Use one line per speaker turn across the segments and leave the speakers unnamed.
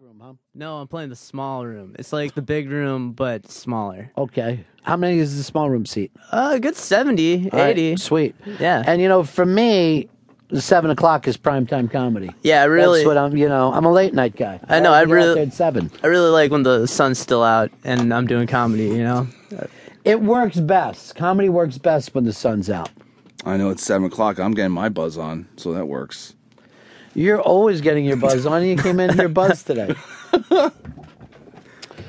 room, huh?
No, I'm playing the small room. It's like the big room, but smaller.
Okay. How many is the small room seat?
Uh, a good 70,
All right,
80.
sweet.
Yeah.
And you know, for me, the seven o'clock is prime time comedy.
yeah, really.
That's what I'm. You know, I'm a late night guy.
I know, I
like to get out
really-
there at seven.
I really like when the sun's still out and I'm doing comedy, you know?
It works best. Comedy works best when the sun's out.
I know it's seven o'clock. I'm getting my buzz on, so that works.
You're always getting your buzz on. You came in your buzz today.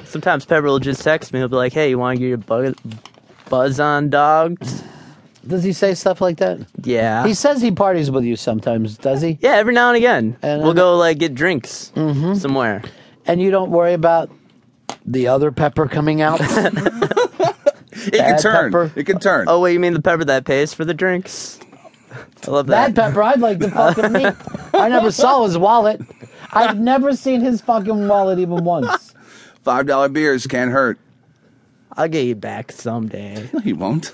Sometimes Pepper will just text me. He'll be like, hey, you want to get your bug- buzz on, dog?
Does he say stuff like that?
Yeah.
He says he parties with you sometimes, does he?
yeah, every now and again.
And Mm-hmm.
we'll
I'm-
go, like, get drinks somewhere.
And you don't worry about the other pepper coming out.
It can
Bad
turn.
pepper.
It can turn.
Oh, wait, you mean the Pepper that pays for the drinks? I love that.
Bad pepper, I'd like to fucking meet. I never saw his wallet. I've never seen his fucking wallet even once.
Five dollar beers can't hurt.
I'll get you back someday.
No, he won't.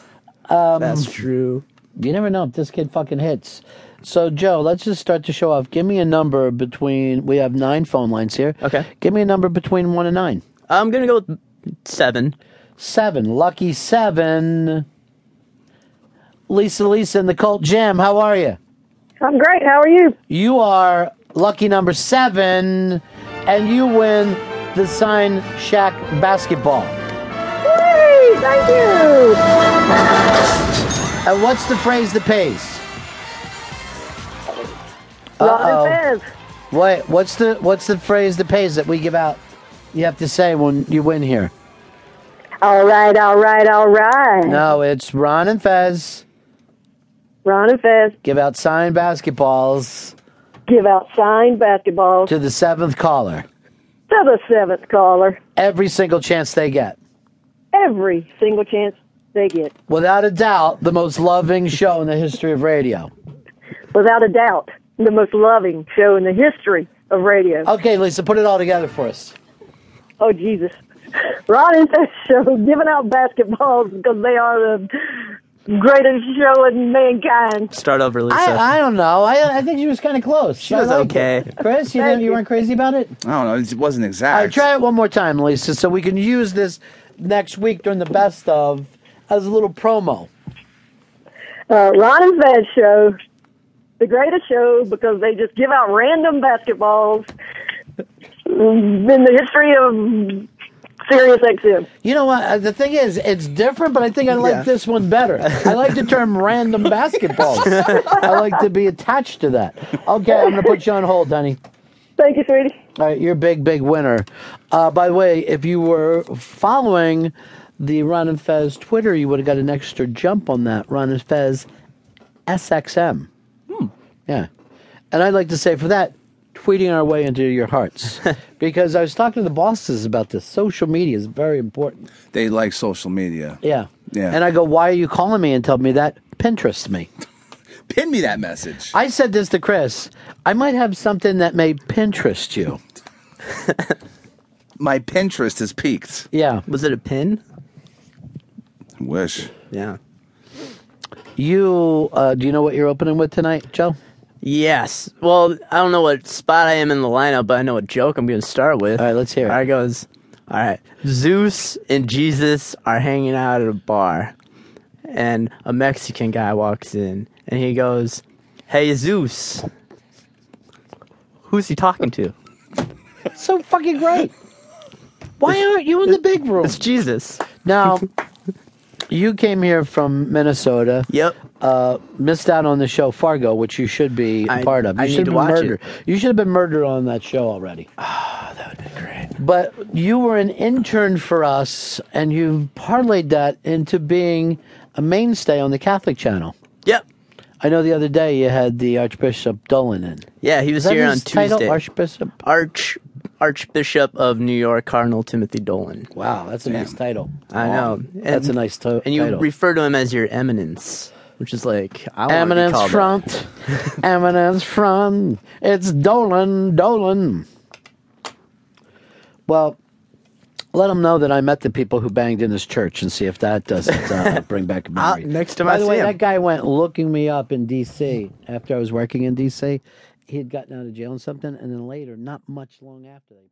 Um,
That's true.
You never know if this kid fucking hits. So Joe, let's just start the show off. Give me a number between. We have nine phone lines here.
Okay.
Give me a number between one and nine.
I'm going to go with seven.
Seven. Lucky seven. Lisa, Lisa, in the Cult Jam. How are you?
I'm great. How are you?
You are lucky number seven, and you win the sign Shack basketball.
Hey, thank you.
And Uh, what's the phrase that pays? Uh-oh.
Lotto Fez.
What what's the what's the phrase that pays that we give out? You have to say when you win here.
All right, all right, all right.
No, it's Ron and Fez
Ron and Fez
give out signed basketballs
give out signed basketballs to
to the seventh caller.
the seventh caller
Every single chance they get.
every single chance they get,
Without a doubt, the most loving show in the history of radio.
without a doubt. The most loving show in the history of radio. Oh,
Okay, Lisa, put it all together for us.
Jesus. Ron and Fez show giving out basketballs because they are the greatest show in mankind.
Start over, Lisa.
I, I don't know. I, I think she was kind of close.
She was
I like
okay.
it. Chris, you,
Thank
didn't, you
you.
weren't crazy about it?
I don't know. It wasn't
All
exact.
right, try it one more time, Lisa, so we can use this next week during the best of as a little promo.
Uh, Ron and Fez show, the greatest show because they just give out random basketballs in the history of Sirius XM.
You know what? Uh, The thing is, it's different, but I think I like
Yeah.
this one better. I like the term random basketballs. I like to be attached to that. Okay, I'm going to put you on hold, honey.
Thank you, sweetie.
All right, you're a big, big winner. Uh, by the way, if you were following the Ron and Fez Twitter, you would have got an extra jump on that. Ron and Fez SXM. Yeah. And I'd like to say for that, tweeting our way into your hearts. because I was talking to the bosses about this. Social media is very important.
They like social media.
Yeah.
Yeah.
And I go, why are you calling me and tell me that? Pinterest me.
Pin me that message.
I said this to Chris. I might have something that may Pinterest you.
My Pinterest has peaked.
Yeah.
Was it a pin?
Wish.
Yeah.
You uh, do you know what you're opening with tonight, Joe?
Yes. Well, I don't know what spot I am in the lineup, but I know what joke I'm going to start with.
All right, let's hear it.
All right, goes. All right. Zeus and Jesus are hanging out at a bar, and a Mexican guy walks in, and he goes, "Hey, Zeus." Who's he talking to?
So fucking great. Why aren't you in the big room?
It's Jesus.
Now, you came here from Minnesota,
Yep.
uh, missed out on the show Fargo, which you should be a
I-
part of. You
I
should
need
have
to
been
watch it. Ah,
murdered. You should have been murdered on that show already. But you were an intern for us, and you parlayed that into being a mainstay on the Catholic Channel.
Yep.
I know the other day you had the Archbishop Dolan in.
Yeah, he was
Is that
here on
his title,
Tuesday.
Archbishop?
Arch Archbishop of New York, Cardinal Timothy Dolan.
Wow, that's a nice title.
I know.
That's a
And-
nice to-
Uh, And you
title.
refer to him as your eminence, which is like I wanna be
Eminence
called that.
front, eminence front. It's Dolan, Dolan. Well, let them know that I met the people who banged in his church and see if that doesn't uh, bring back a
Ah,
memory.
next time
By
I
the
see
way,
him.
that guy went looking me up in D.C. after I was working in D.C. He had gotten out of jail and something, and then later, not much long after they.